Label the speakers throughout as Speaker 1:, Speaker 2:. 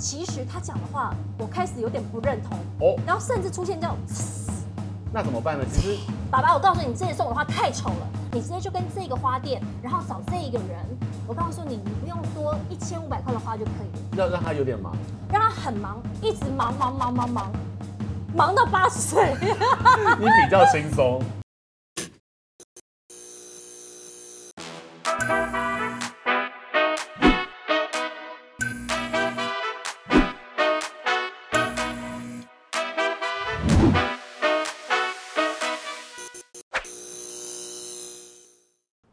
Speaker 1: 其实他讲的话，我开始有点不认同，
Speaker 2: 哦，
Speaker 1: 然后甚至出现这种，
Speaker 2: 那怎么办呢？其实
Speaker 1: 爸爸，我告诉你，这件送我的花太丑了，你直接就跟这个花店，然后找这一个人，我告诉你，你不用多一千五百块的花就可以了，
Speaker 2: 要让他有点忙，
Speaker 1: 让他很忙，一直忙忙忙忙忙，忙到八十岁。
Speaker 2: 你比较轻松。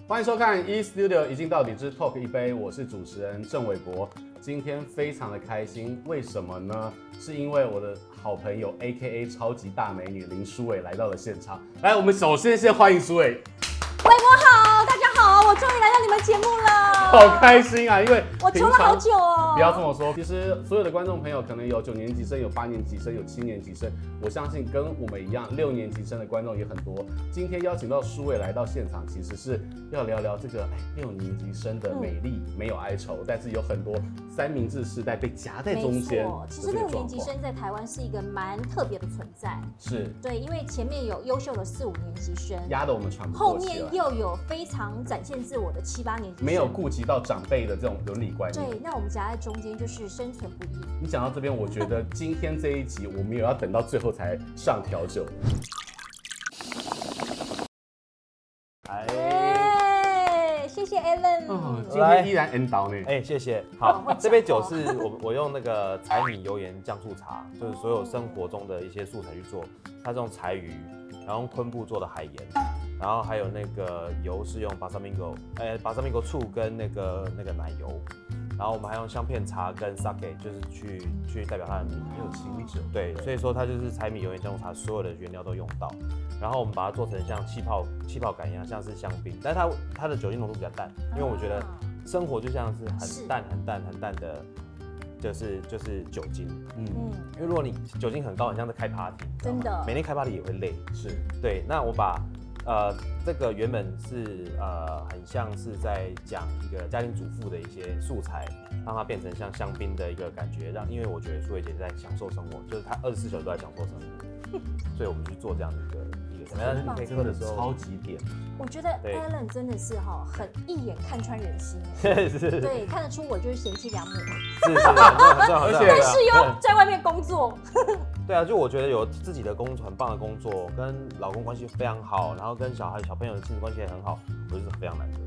Speaker 2: 欢迎收看 E Studio 一镜到底之 Talk 一杯，我是主持人郑伟博。今天非常的开心，为什么呢？是因为我的好朋友 A K A 超级大美女林舒伟来到了现场。来，我们首先先欢迎舒伟，
Speaker 1: 伟博好，大家好，我终于来到你们节目了，
Speaker 2: 好开心啊！因为
Speaker 1: 我
Speaker 2: 平
Speaker 1: 求了好
Speaker 2: 常
Speaker 1: 久哦。
Speaker 2: 不要这么说。其实所有的观众朋友可能有九年级生，有八年级生，有七年级生。我相信跟我们一样，六年级生的观众也很多。今天邀请到舒伟来到现场，其实是要聊聊这个哎六年级生的美丽、
Speaker 1: 嗯
Speaker 2: 没有哀愁，但是有很多三明治世代被夹在中间
Speaker 1: 没错，其实
Speaker 2: 的这
Speaker 1: 六
Speaker 2: 个
Speaker 1: 年
Speaker 2: 状
Speaker 1: 级
Speaker 2: 况
Speaker 1: 生在台湾是一个蛮特别的存在，
Speaker 2: 是
Speaker 1: 对，因为前面有优秀的四五年级生，
Speaker 2: 压得我们喘不
Speaker 1: 后
Speaker 2: 过气
Speaker 1: 面
Speaker 2: 来，
Speaker 1: 又有非常展现自我的七八年级生，
Speaker 2: 没有顾及到长辈的这种伦理观念。
Speaker 1: 对，那我们夹在中间就是生存不易。
Speaker 2: 你讲到这边，我觉得今天这一集我们也要等到最后才上调酒。哎，
Speaker 1: 耶，谢谢 Alan。
Speaker 2: 哦，今
Speaker 3: 来
Speaker 2: 天依然 N 倒呢。
Speaker 3: 哎、谢谢。
Speaker 1: 好会
Speaker 3: 好，这杯
Speaker 1: 讲
Speaker 3: 酒
Speaker 1: 话
Speaker 3: 是我我用那个柴米油盐酱醋茶，就是所有生活中的一些素材去做。它是用柴鱼，然后用昆布做的海盐，然后还有那个油是用巴萨米狗，呃，巴萨米狗醋跟那个那个奶油，然后我们还用香片茶跟 sake，就是去去代表它的米。
Speaker 2: 没有清酒，
Speaker 3: 对，所以说它就是柴米油盐酱醋茶所有的原料都用到，然后我们把它做成像气泡气泡感一样，像是香槟，但它它的酒精浓度比较淡，因为我觉得
Speaker 1: 啊
Speaker 3: 生活就像是
Speaker 1: 是
Speaker 3: 很淡很淡很淡的，就是就是酒精，
Speaker 2: 嗯，
Speaker 1: 嗯，
Speaker 3: 因为如果你酒精很高，很像在开 party，你知道吗
Speaker 1: 真的
Speaker 3: 每天开 party 也会累。
Speaker 2: 是
Speaker 3: 对，那我把呃这个原本是呃很像是在讲一个家庭主妇的一些素材，让它变成像香槟的一个感觉，让因为我觉得苏慧姐在享受生活，就是她二十四小时都在享受生活，所以我们去做这样的一个一个什么样？但是你可以喝的时
Speaker 2: 超
Speaker 3: 候，
Speaker 2: 级点，
Speaker 1: 我觉得
Speaker 3: 对
Speaker 1: Alan 真的是哈，很一眼看穿人 心，
Speaker 3: 是是是是，
Speaker 1: 对，看得出我就是贤妻良母，
Speaker 3: 很重要很重要
Speaker 2: 而且
Speaker 3: 很重要
Speaker 1: 但是又要在外面工作，
Speaker 3: 对啊，就我觉得有自己的工作很棒的工作，跟老公关系非常好，然后跟小孩小朋友的亲子关系也很好，我觉得是非常难得，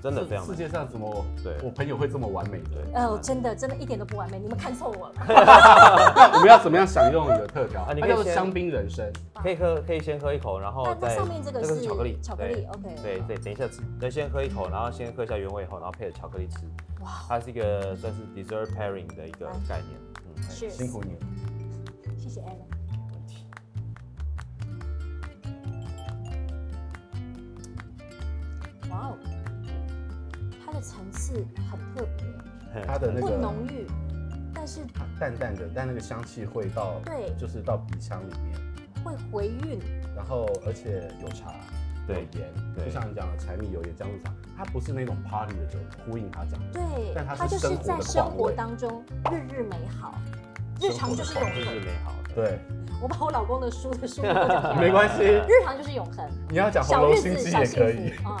Speaker 3: 真的非常
Speaker 2: 世
Speaker 3: 难得。
Speaker 2: 界上怎么
Speaker 3: 对
Speaker 1: 哦
Speaker 2: 我朋友会这么完美的？
Speaker 3: 对嗯
Speaker 1: 呃，真的真的一点都不完美，你们看错我了。
Speaker 2: 那我们要怎么样享用你的特调？
Speaker 3: 啊
Speaker 2: 它
Speaker 3: 你可以
Speaker 2: 叫做
Speaker 3: 先
Speaker 2: 香槟人参，
Speaker 3: 可以喝，可以先喝一口，然后
Speaker 1: 那那
Speaker 3: 再
Speaker 1: 上面这个
Speaker 3: 哦那
Speaker 1: 是
Speaker 3: 是巧克力，
Speaker 1: 巧克力，OK。哦
Speaker 3: 对。对对，等一下吃，要先喝一口，然后先喝一下原味后，然后配着巧克力吃。
Speaker 1: 哇，
Speaker 3: 它是一个算是 dessert pairing 的一个概念。嗯，
Speaker 1: 是
Speaker 2: 辛苦你了。
Speaker 1: 谢谢 Alan。
Speaker 3: 没问题。
Speaker 1: 哇哦，它的层次很特别，
Speaker 3: 嗯
Speaker 2: 它的那
Speaker 1: 不
Speaker 2: 个
Speaker 1: 浓郁，但是
Speaker 2: 它淡淡的，但那个香气会到，
Speaker 1: 对
Speaker 2: 就是到鼻腔里面。
Speaker 1: 会回韵。
Speaker 2: 然后而且有茶，有
Speaker 3: 对
Speaker 2: 盐，
Speaker 3: 对
Speaker 2: 就像你讲的柴米油盐酱醋茶，它不是那种 party 的酒，呼应他讲的，
Speaker 1: 对
Speaker 2: 但它，是
Speaker 1: 它就是
Speaker 2: 生活的
Speaker 1: 在生
Speaker 2: 况
Speaker 1: 活
Speaker 2: 味
Speaker 1: 当中日日美好，日常就是
Speaker 2: 生活的
Speaker 1: 永
Speaker 2: 况
Speaker 3: 这是
Speaker 1: 恒。
Speaker 3: 美好的。
Speaker 2: 对，
Speaker 1: 我把我老公的书的书名都讲出来了
Speaker 2: 没关系，
Speaker 1: 日常就是永恒，
Speaker 2: 你要讲《红
Speaker 1: 小
Speaker 2: 楼
Speaker 1: 日
Speaker 2: 心
Speaker 1: 子
Speaker 2: 机》
Speaker 1: 小
Speaker 2: 也可
Speaker 1: 幸
Speaker 2: 以。
Speaker 1: 福啊！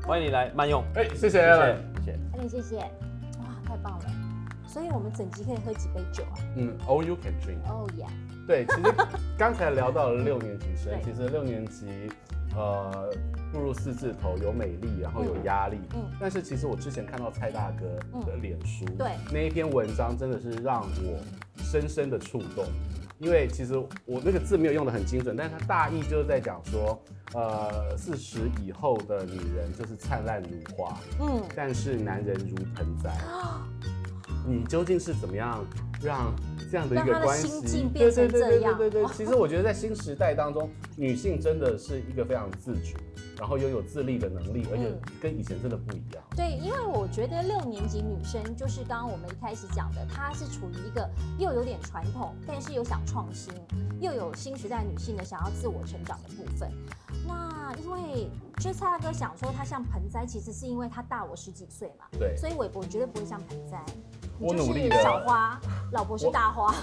Speaker 3: 对欢迎你来慢用，
Speaker 2: 哎，谢谢
Speaker 3: 谢
Speaker 2: Alan
Speaker 3: 谢谢谢。
Speaker 1: 哎，谢谢，哇，太棒了！所以我们整集可以喝几杯酒啊？
Speaker 2: 嗯，All you can drink。
Speaker 1: 哦耶！
Speaker 2: 对，其实刚才聊到了六年级生
Speaker 1: 对，
Speaker 2: 其实六年级，呃，步入四字头，有美丽，然后有压力。
Speaker 1: 嗯
Speaker 2: 但是其实我之前看到蔡大哥的脸书，
Speaker 1: 对
Speaker 2: 那一篇文章真的是让我深深的触动，因为其实我那个字没有用的很精准，但是他大意就是在讲说，呃，四十以后的女人就是灿烂如花，
Speaker 1: 嗯，
Speaker 2: 但是男人如盆栽。你究竟是怎么样让这样的一
Speaker 1: 让
Speaker 2: 个
Speaker 1: 他的
Speaker 2: 关系，
Speaker 1: 心境变成这样
Speaker 2: 对对对对对对其实我觉得在新时代当中，女性真的是一个非常自主，然后拥有自立的能力，而且跟以前真的不一样。
Speaker 1: 对，因为我觉得六年级女生就是刚刚我们一开始讲的，她是处于一个又有点传统，但是又想创新，又有新时代女性的想要自我成长的部分。那因为就是蔡大哥想说她像盆栽，其实是因为她大我十几岁嘛，
Speaker 2: 对，
Speaker 1: 所以韦伯绝对不会像盆栽。你
Speaker 2: 我
Speaker 1: 就
Speaker 2: 努力
Speaker 1: 是
Speaker 2: 的
Speaker 1: 小花，老婆是
Speaker 2: 我
Speaker 1: 大花，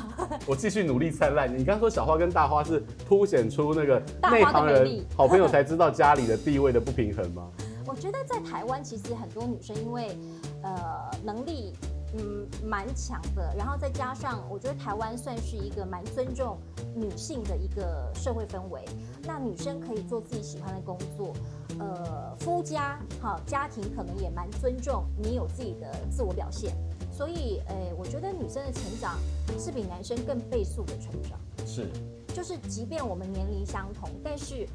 Speaker 2: 我继续努力灿烂。你刚刚说小花跟大花是凸显出那个
Speaker 1: 大花的
Speaker 2: 内行
Speaker 1: 美
Speaker 2: 人
Speaker 1: 丽
Speaker 2: 好朋友才知道家里的地位的不平衡吗？
Speaker 1: 我觉得在台湾，其实很多女生因为呃能力嗯蛮强的，然后再加上我觉得台湾算是一个蛮尊重女性的一个社会氛围，那女生可以做自己喜欢的工作。呃，夫家好，家庭可能也蛮尊重你有自己的自我表现，所以，呃，我觉得女生的成长是比男生更倍速的成长。
Speaker 2: 是，
Speaker 1: 就是即便我们年龄相同，但是，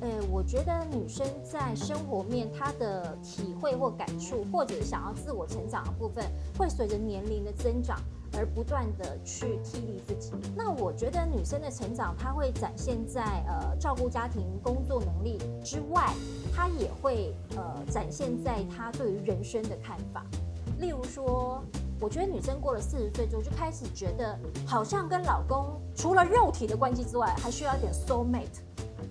Speaker 1: 呃，我觉得女生在生活面她的体会或感触，或者想要自我成长的部分，会随着年龄的增长而不断的去替力自己。那我觉得女生的成长，她会展现在呃照顾家庭、工作能力之外，她也会呃展现在她对于人生的看法。例如说，我觉得女生过了四十岁之后，就开始觉得好像跟老公除了肉体的关系之外，还需要一点 soul mate。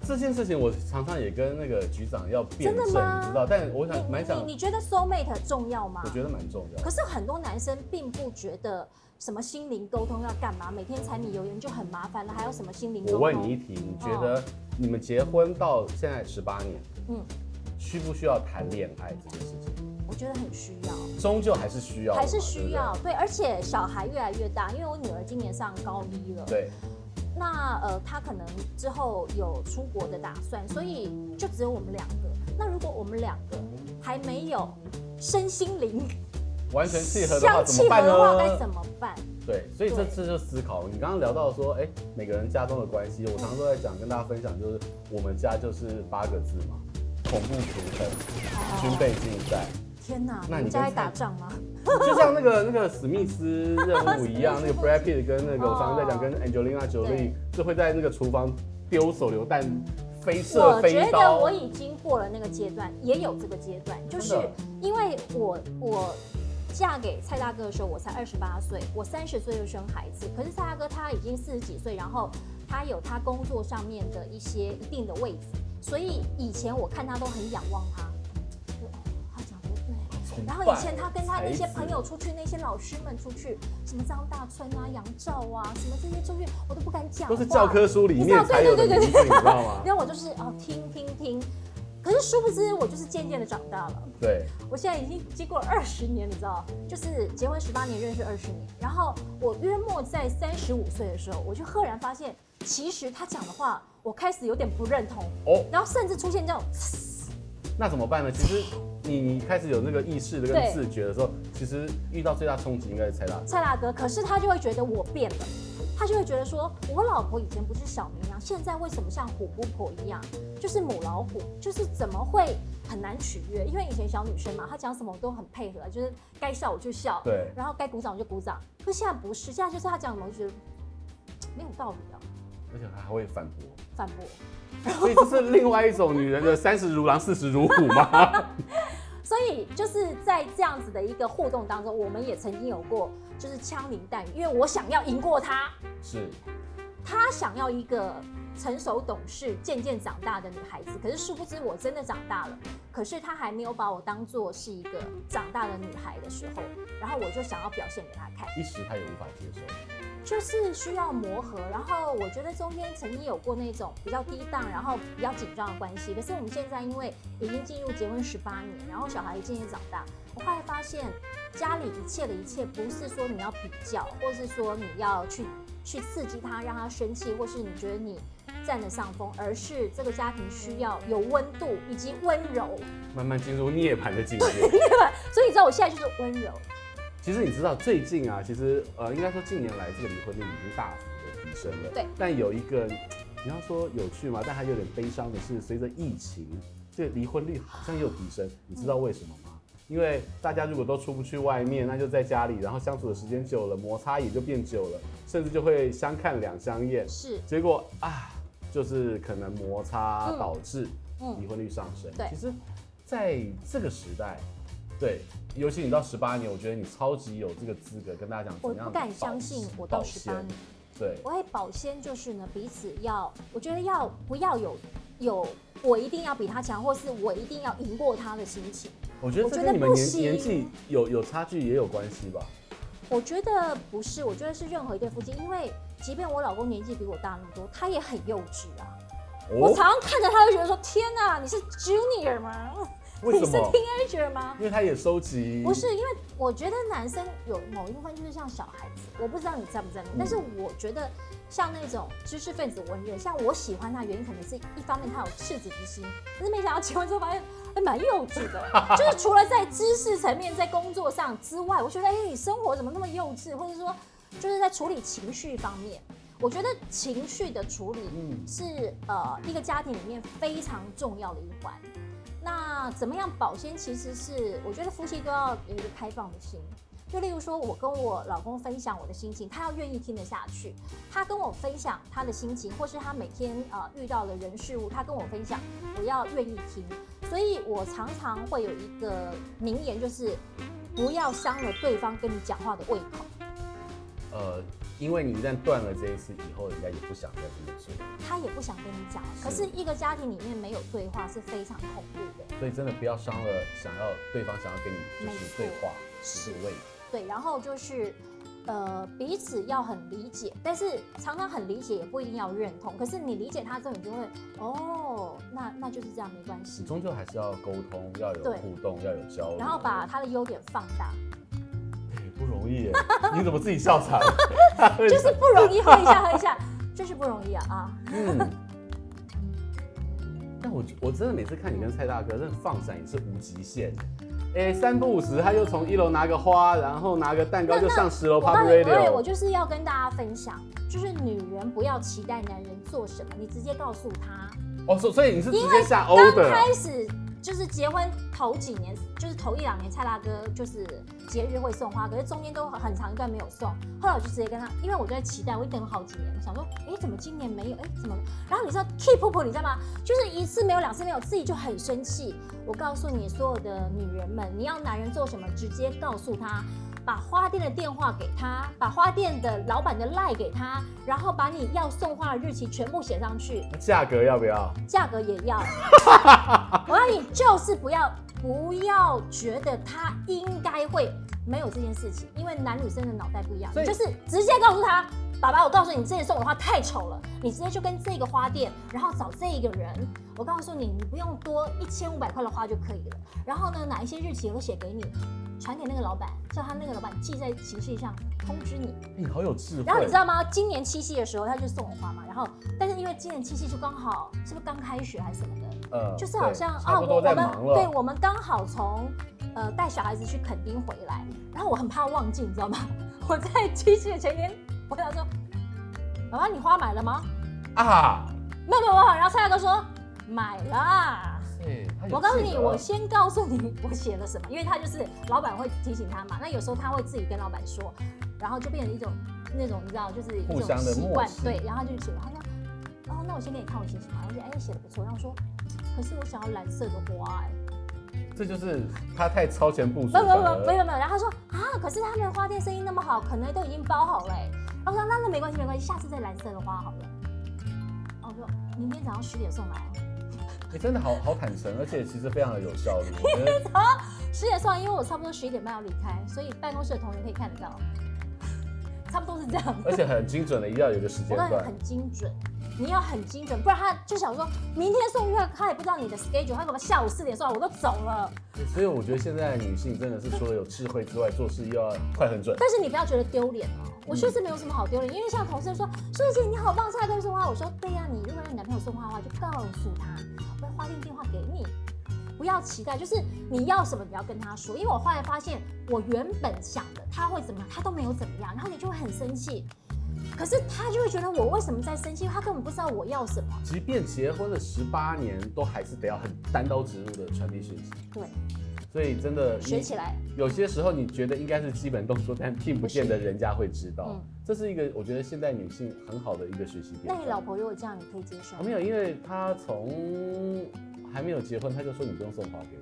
Speaker 2: 这件事情我常常也跟那个局长要辩证，
Speaker 1: 真
Speaker 2: 你
Speaker 1: 的吗
Speaker 2: 知道？但我想蛮
Speaker 1: 你
Speaker 2: 想
Speaker 1: 你，你觉得 soul mate 重要吗
Speaker 2: 我？觉得蛮重要的。
Speaker 1: 可是很多男生并不觉得什么心灵沟通要干嘛，每天柴米油盐就很麻烦了，还有什么心灵沟
Speaker 2: 我
Speaker 1: 通？
Speaker 2: 问你一题，你觉得你们结婚到现在十八年，
Speaker 1: 哦嗯，
Speaker 2: 需不需要谈恋爱这件事情？
Speaker 1: 我觉得很需要，
Speaker 2: 终究还是需要的嘛，
Speaker 1: 还是需要
Speaker 2: 对
Speaker 1: 对，而且小孩越来越大，因为我女儿今年上高一了
Speaker 2: 不，对。对，
Speaker 1: 那呃，他可能之后有出国的打算，所以就只有我们两个。那如果我们两个还没有身心灵
Speaker 2: 完全契合的话
Speaker 1: 相
Speaker 2: 怎
Speaker 1: 契
Speaker 2: 么
Speaker 1: 合
Speaker 2: 办
Speaker 1: 的话，该
Speaker 2: 呢？
Speaker 1: 怎么办？
Speaker 2: 对，所以这
Speaker 1: 对
Speaker 2: 次就思考，你刚刚聊到说，哎，每个人家中的关系，我常常都在讲，跟大家分享，就是我们家就是八个字嘛，恐怖平衡、军备竞赛，
Speaker 1: 哦天哪，
Speaker 2: 那你
Speaker 1: 人家在
Speaker 2: 跟蔡
Speaker 1: 打仗吗？
Speaker 2: 就像那个那个史密斯任务一样，
Speaker 1: 史
Speaker 2: 那
Speaker 1: 密斯
Speaker 2: 个 Brad Pitt 跟那个我常常在讲
Speaker 1: 哦
Speaker 2: 跟 Angelina Jolie
Speaker 1: 对
Speaker 2: 就会在那个厨房丢手榴弹、飞射
Speaker 1: 我
Speaker 2: 飞
Speaker 1: 觉得
Speaker 2: 刀。
Speaker 1: 我已经过了那个阶段，也有这个阶段，就是
Speaker 2: 真的
Speaker 1: 因为我我嫁给蔡大哥的时候，我才二十八岁，我三十岁就生孩子。可是蔡大哥他已经四十几岁，然后他有他工作上面的一些一定的位置，所以以前我看他都很仰望他。我他讲得对。
Speaker 2: 崇拜
Speaker 1: 然后以前他跟他那些
Speaker 2: 才子
Speaker 1: 朋友出去，那些老师们出去，什么张大春啊、杨照啊，什么这些出去，我都不敢讲话。
Speaker 2: 都是教科书里
Speaker 1: 你知道
Speaker 2: 面才有的
Speaker 1: 对对
Speaker 2: 名
Speaker 1: 对
Speaker 2: 字，你知道吗？
Speaker 1: 然后我就是哦听听听，可是殊不知我就是渐渐的长大了。
Speaker 2: 对，
Speaker 1: 我现在已经经过二十年，你知道，就是结婚十八年，认识二十年。然后我约莫在三十五岁的时候，我就赫然发现，其实他讲的话，我开始有点不认同，
Speaker 2: 哦，
Speaker 1: 然后甚至出现这种，
Speaker 2: 那怎么办呢？其实你你开始有那个意识的跟
Speaker 1: 对
Speaker 2: 自觉的时候，其实遇到最大冲击应该是蔡大哥。
Speaker 1: 蔡大哥，可是他就会觉得我变了，他就会觉得说我老婆以前不是小绵羊，现在为什么像虎姑婆一样，就是母老虎，就是怎么会很难取悦？因为以前小女生嘛，她讲什么我都很配合，就是该笑我就笑，
Speaker 2: 对
Speaker 1: 然后该鼓掌我就鼓掌。可现在不是，现在就是她讲什么我就觉得嘖没有道理啊，
Speaker 2: 而且还会反驳，
Speaker 1: 反驳。
Speaker 2: 所以这是另外一种女人的三十如狼，四十如虎吗？
Speaker 1: 所以就是在这样子的一个互动当中，我们也曾经有过就是枪林弹雨，因为我想要赢过他，
Speaker 2: 是，
Speaker 1: 他想要一个成熟懂事、渐渐长大的女孩子，可是殊不知我真的长大了，可是他还没有把我当做是一个长大的女孩的时候，然后我就想要表现给他看，
Speaker 2: 一时她也无法接受。
Speaker 1: 就是需要磨合。然后我觉得中间曾经有过那种比较低档，然后比较紧张的关系，可是我们现在因为已经进入结婚十八年，然后小孩渐渐长大，我后来发现家里一切的一切，不是说你要比较，或是说你要去去刺激他，让他生气，或是你觉得你占了上风，而是这个家庭需要有温度以及温柔。
Speaker 2: 慢慢进入涅槃的境 界。
Speaker 1: 所以你知道我现在就是温柔，
Speaker 2: 其实你知道，最近啊，其实呃，应该说近年来这个离婚率已经大幅的提升了。
Speaker 1: 对。
Speaker 2: 但有一个，你要说有趣嘛，但还有点悲伤的是，随着疫情，这个离婚率好像又提升。你知道为什么吗？因为大家如果都出不去外面，那就在家里，然后相处的时间久了，摩擦也就变久了，甚至就会相看两相厌。
Speaker 1: 是
Speaker 2: 结果啊，就是可能摩擦
Speaker 1: 嗯
Speaker 2: 导致
Speaker 1: 嗯
Speaker 2: 离婚率上升。
Speaker 1: 对
Speaker 2: 其实在这个时代，对，尤其你到十八年，我觉得你超级有这个资格跟大家讲怎
Speaker 1: 我
Speaker 2: 么样
Speaker 1: 不敢
Speaker 2: 保
Speaker 1: 相信我
Speaker 2: 保
Speaker 1: 到十八
Speaker 2: 鲜
Speaker 1: 年。
Speaker 2: 对，
Speaker 1: 我会保鲜就是呢，彼此要，我觉得要不要有有我一定要比他强，或是我一定要赢过他的心情。
Speaker 2: 我觉得
Speaker 1: 我
Speaker 2: 这
Speaker 1: 觉
Speaker 2: 跟
Speaker 1: 得
Speaker 2: 你们
Speaker 1: 不
Speaker 2: 年
Speaker 1: 行
Speaker 2: 年纪有有差距也有关系吧。
Speaker 1: 我觉得不是，我觉得是任何一对夫妻，因为即便我老公年纪比我大那么多，他也很幼稚啊。我
Speaker 2: 哦，
Speaker 1: 常常看着他，就觉得说：天哪，你是 junior 吗？
Speaker 2: 为
Speaker 1: 你
Speaker 2: 什
Speaker 1: 是
Speaker 2: 么？
Speaker 1: teenager 吗？
Speaker 2: 因为他也收集，
Speaker 1: 不是，因为我觉得男生有某一部分就是像小孩子，我不知道你赞不赞同，但是我觉得像那种知识分子，我很认，像我喜欢他原因可能是一方面他有赤子之心，可是没想到结婚之后发现还蛮幼稚的，就是除了在知识层面、在工作上之外，我觉得哎、你生活怎么那么幼稚，或者说就是在处理情绪方面，我觉得情绪的处理
Speaker 2: 嗯，
Speaker 1: 是呃一个家庭里面非常重要的一环。那怎么样保鲜，其实是我觉得夫妻都要有一个开放的心。就例如说，我跟我老公分享我的心情，他要愿意听得下去；他跟我分享他的心情，或是他每天呃遇到的人事物，他跟我分享，我要愿意听。所以我常常会有一个名言，就是不要伤了对方跟你讲话的胃口。
Speaker 2: 呃，因为你一旦断了这一次以后，人家也不想再这么做，
Speaker 1: 他也不想跟你讲。
Speaker 2: 是
Speaker 1: 可是一个家庭里面没有对话是非常恐怖的。
Speaker 2: 所以真的不要伤了想要对方想要跟你就
Speaker 1: 没
Speaker 2: 是
Speaker 1: 错
Speaker 2: 对话，
Speaker 1: 是
Speaker 2: 是位。
Speaker 1: 对，然后就是，呃，彼此要很理解，但是常常很理解也不一定要认同。可是你理解他之后，你就会哦，那那就是这样，没关
Speaker 2: 你
Speaker 1: 系。
Speaker 2: 终究还是要沟通，要有
Speaker 1: 对
Speaker 2: 互动，要有交流，
Speaker 1: 然后把他的优点放大，
Speaker 2: 也不容易耶， 你怎么自己笑场？
Speaker 1: 就是不容易，喝一下喝一下， 就是不容易啊啊！
Speaker 2: 嗯。但我觉我真的每次看你跟蔡大哥，真的放闪也是无极限。哎、三不五时他又从一楼拿个花，然后拿个蛋糕就上十楼
Speaker 1: 我告
Speaker 2: Pop
Speaker 1: 诉你，对，我
Speaker 2: Radio。
Speaker 1: 就是要跟大家分享，就是女人不要期待男人做什么，你直接告诉他，
Speaker 2: 哦，所所以你是直
Speaker 1: 因
Speaker 2: 接下 o
Speaker 1: 刚
Speaker 2: r
Speaker 1: 开始就是结婚头几年，就是头一两年，蔡大哥就是节日会送花，可是中间都很长一段没有送。后来我就直接跟他，因为我就在期待，我等了好几年，想说，哎，怎么今年没有？哎，怎么？然后你知道 keep up，你知道吗？就是一次没有，两次没有，自己就很生气。我告诉你，所有的女人们，你要男人做什么，直接告诉他。把花店的电话给他，把花店的老板的赖给他，然后把你要送花的日期全部写上去，
Speaker 2: 价格要不要？
Speaker 1: 价格也 要。我告诉你，就是不要不要觉得他应该会没有这件事情，因为男女生的脑袋不一样，
Speaker 2: 所
Speaker 1: 你
Speaker 2: 以
Speaker 1: 就是直接告诉他。爸爸，我告诉你，你这里送我的花太丑了，你直接去跟这个花店，然后找这一个人。我告诉你，你不用多一千五百块的花就可以了。然后呢，哪一些日期我都写给你，传给那个老板，叫他那个老板记在行事历上通知你。
Speaker 2: 哎你好有智慧。
Speaker 1: 然后你知道吗？今年七夕的时候，他就送我花嘛。然后，但是因为今年七夕就刚好是不是刚开学还是什么的，
Speaker 2: 呃
Speaker 1: 就是好像啊
Speaker 2: 对差不
Speaker 1: 我
Speaker 2: 多
Speaker 1: 我
Speaker 2: 在
Speaker 1: 们
Speaker 2: 忙
Speaker 1: 对
Speaker 2: 了。
Speaker 1: 我们刚好从呃带小孩子去垦丁回来，然后我很怕忘记，你知道吗？我在七夕的前一天，我想说，妈妈你花买了吗？
Speaker 2: 啊，
Speaker 1: 没有没有没有。然后蔡大哥说买了。
Speaker 2: 哎他有
Speaker 1: 我告诉
Speaker 2: 智
Speaker 1: 你，
Speaker 2: 慧
Speaker 1: 我先告诉你我写了什么，因为他就是老板会提醒他嘛。那有时候他会自己跟老板说，然后就变成一种那种你知道，就是一
Speaker 2: 互
Speaker 1: 种
Speaker 2: 相的
Speaker 1: 习
Speaker 2: 默
Speaker 1: 惯
Speaker 2: 契。
Speaker 1: 对，然后他就写，他说，哦，那我先给你看我写什么，然后我就哎写的不错，然后我说，可是我想要蓝色的花、哎，
Speaker 2: 这就是他太超前部署。
Speaker 1: 没有没有没
Speaker 2: 反而
Speaker 1: 有没有没有，然后他说啊，可是他们的花店生意那么好，可能都已经包好了、哎然后我说那那没关系没关系，下次再蓝色的花好了。然后我说明天早上十点送来哦。
Speaker 2: 你真的好好坦诚，而且其实非常的有效率。我觉得
Speaker 1: 十点上，因为我差不多十一点半要离开，所以办公室的同仁可以看得到， 差不多是这样。
Speaker 2: 而且很精准的，一定要有一个时
Speaker 1: 我
Speaker 2: 间
Speaker 1: 告诉你
Speaker 2: 段。
Speaker 1: 很精准，你要很精准，不然他就想说明天送月，他也不知道你的 schedule，他可能下午四点送来，我都走了。
Speaker 2: 所以我觉得现在的女性真的是除了有智慧之外，做事又要快很准。
Speaker 1: 但是你不要觉得丢脸哦，我确实没有什么好丢脸，因为像同事说，舒怡姐你好棒，蔡哥送花，我说对呀、你如果让你男朋友送花的话，就告诉他，我会花店电话给你。不要期待，就是你要什么，你要跟他说。因为我后来发现，我原本想的他会怎么样，他都没有怎么样，然后你就会很生气。可是他就会觉得我为什么在生气？他根本不知道我要什么。
Speaker 2: 即便结婚了十八年，都还是得要很单刀直入的传递讯息。
Speaker 1: 对，
Speaker 2: 所以真的
Speaker 1: 学起。来。
Speaker 2: 你有些时候你觉得应该是基本动作，但并不见得人家会知道
Speaker 1: 嗯。
Speaker 2: 这是一个我觉得现代女性很好的一个学习点。
Speaker 1: 那你老婆如果这样，你可以接受
Speaker 2: 啊？没有，因为她从还没有结婚，她就说你不用送花给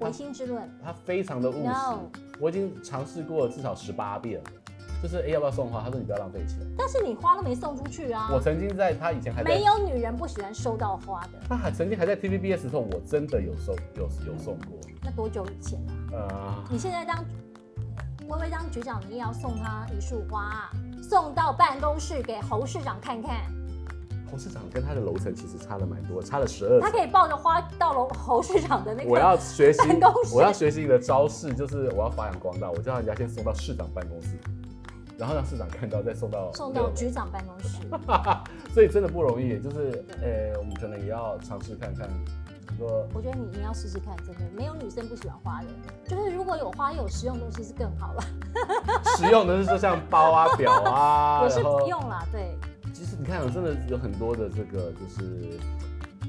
Speaker 2: 我，
Speaker 1: 唯心之论。
Speaker 2: 她非常的务实。
Speaker 1: No
Speaker 2: 我已经尝试过至少十八遍了，就是哎、诶要不要送花？她说你不要浪费钱。
Speaker 1: 但是你花都没送出去啊
Speaker 2: 我。曾经在她以前还在
Speaker 1: 没有女人不喜欢收到花的。
Speaker 2: 他还曾经还在 TVBS 的时候，我真的有送有有送过，
Speaker 1: 那多久以前啊？
Speaker 2: 呃，
Speaker 1: 你现在当微微当局长，你也要送他一束花啊，送到办公室给侯市长看看。
Speaker 2: 呃侯市长跟他的楼层其实差了蛮多，差了十二
Speaker 1: 他
Speaker 2: 层。
Speaker 1: 可以抱着花到楼侯市长的那
Speaker 2: 我
Speaker 1: 个
Speaker 2: 要学习
Speaker 1: 办公，室
Speaker 2: 我要学习你的招式，就是我要发扬光大，我叫人家先送到市长办公室，然后让市长看到，再送 到
Speaker 1: 送
Speaker 2: 六
Speaker 1: 到
Speaker 2: 楼
Speaker 1: 局长办公室。
Speaker 2: 所以真的不容易，就是呃，我们可能也要尝试看看，说
Speaker 1: 我觉得你你要试试看，真的没有女生不喜欢花的，就是如果有花又有实用东西是更好了。
Speaker 2: 实用的是说像包啊、表啊，
Speaker 1: 我是
Speaker 2: 然后
Speaker 1: 不用啦，对，
Speaker 2: 其实你看，我真的有很多的这个就是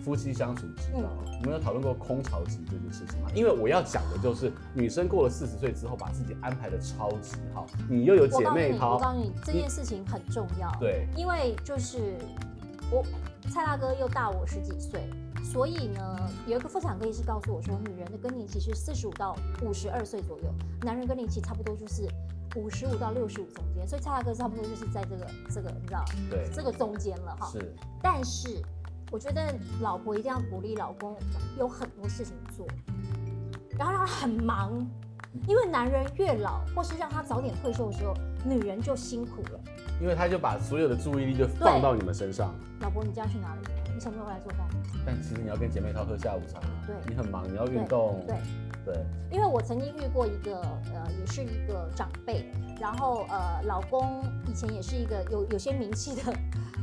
Speaker 2: 夫妻相处之道，
Speaker 1: 嗯
Speaker 2: 我们有讨论过空巢期这件事情吗？因为我要讲的就是女生过了四十岁之后，把自己安排的超级好，你又有
Speaker 1: 我
Speaker 2: 姐
Speaker 1: 告诉
Speaker 2: 妹
Speaker 1: 你，我
Speaker 2: 淘，
Speaker 1: 告诉你这件事情很重要。
Speaker 2: 对，
Speaker 1: 因为就是我蔡大哥又大我十几岁，所以呢，有一个妇产科医师告诉我说，女人的更年期是四十五到五十二岁左右，男人更年期差不多就是五十五到六十五中间，所以蔡大哥差不多就是在这个这个你知道
Speaker 2: 对，
Speaker 1: 这个中间了哈。
Speaker 2: 是
Speaker 1: 但是我觉得老婆一定要鼓励老公有很多事情做，然后让他很忙，因为男人越老或是让他早点退休的时候，女人就辛苦了。
Speaker 2: 因为他就把所有的注意力就放到你们身上，
Speaker 1: 老婆，你今天要去哪里？你什么时候来做饭？
Speaker 2: 但其实你要跟姐妹淘喝下午茶，
Speaker 1: 对
Speaker 2: 你很忙，你要运动，
Speaker 1: 对，
Speaker 2: 对，
Speaker 1: 因为我曾经遇过一个呃，也是一个长辈，然后呃，老公以前也是一个有有些名气的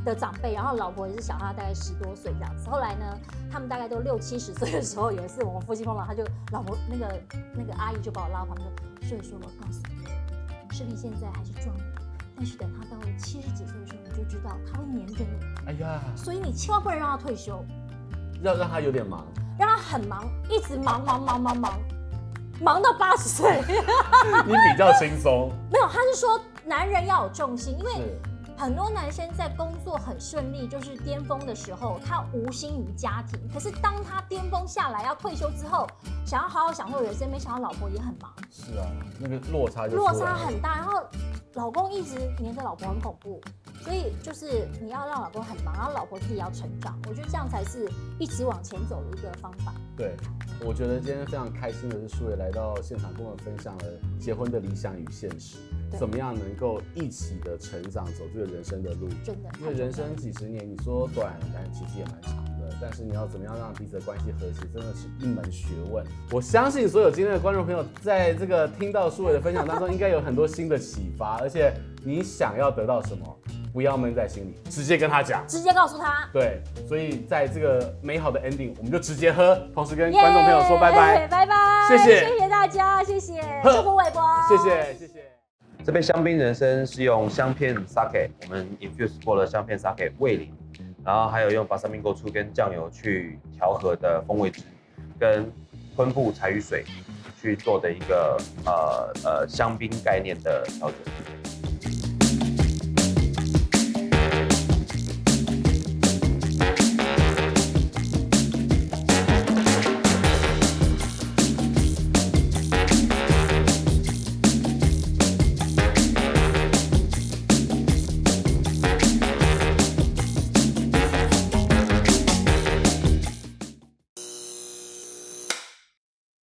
Speaker 1: 的长辈，然后老婆也是小他大概十多岁这样子。后来呢，他们大概都六七十岁的时候，有一次我们夫妻碰到，他就老婆那个那个阿姨就把我拉到旁边说，所以说我告诉你，视力现在还是装的，但是等他到了七十几岁的时候，你就知道他会黏着你，
Speaker 2: 哎呀，
Speaker 1: 所以你千万不能让他退休。
Speaker 2: 要让他有点忙，
Speaker 1: 让他很忙，一直忙忙忙忙忙，忙到八十 岁。
Speaker 2: 你比较轻松，
Speaker 1: 没有，他是说男人要有重心，因为
Speaker 2: 是
Speaker 1: 很多男生在工作很顺利，就是巅峰的时候，他无心于家庭。可是当他巅峰下来要退休之后，想要好好享受人生，没想到老婆也很忙，
Speaker 2: 是啊，那个落差就
Speaker 1: 落
Speaker 2: 出来
Speaker 1: 差
Speaker 2: 了
Speaker 1: 很大。然后老公一直黏着老婆，很恐怖。所以就是你要让老公很忙，然后老婆自己要成长，我觉得这样才是一起往前走的一个方法。
Speaker 2: 对，我觉得今天非常开心的是，舒伟来到现场跟我们分享了结婚的理想与现实，
Speaker 1: 对
Speaker 2: 怎么样能够一起的成长，走这个人生的路。
Speaker 1: 真的太重
Speaker 2: 因
Speaker 1: 要
Speaker 2: 为
Speaker 1: 了，
Speaker 2: 人生几十年，你说短，但其实也蛮长的。但是你要怎么样让彼此的关系和谐，真的是一门学问。我相信所有今天的观众朋友，在这个听到舒伟的分享当中，应该有很多新的启发。而且你想要得到什么，不要闷在心里，直接跟他讲。
Speaker 1: 直接告诉他。
Speaker 2: 对，所以在这个美好的 ending，我们就直接喝，同时跟
Speaker 1: 耶
Speaker 2: 观众朋友说拜拜，
Speaker 1: 拜拜，
Speaker 2: 谢谢
Speaker 1: 谢谢大家，谢谢，
Speaker 2: 呵
Speaker 1: 祝福韦伯，
Speaker 2: 谢谢，谢谢。
Speaker 3: 这杯香槟人参是用香片 sake，我们 infuse 过的香片 sake 味淋，然后还有用巴萨米果醋跟酱油去调和的风味汁，跟昆布柴鱼水去做的一个呃呃香槟概念的调酒。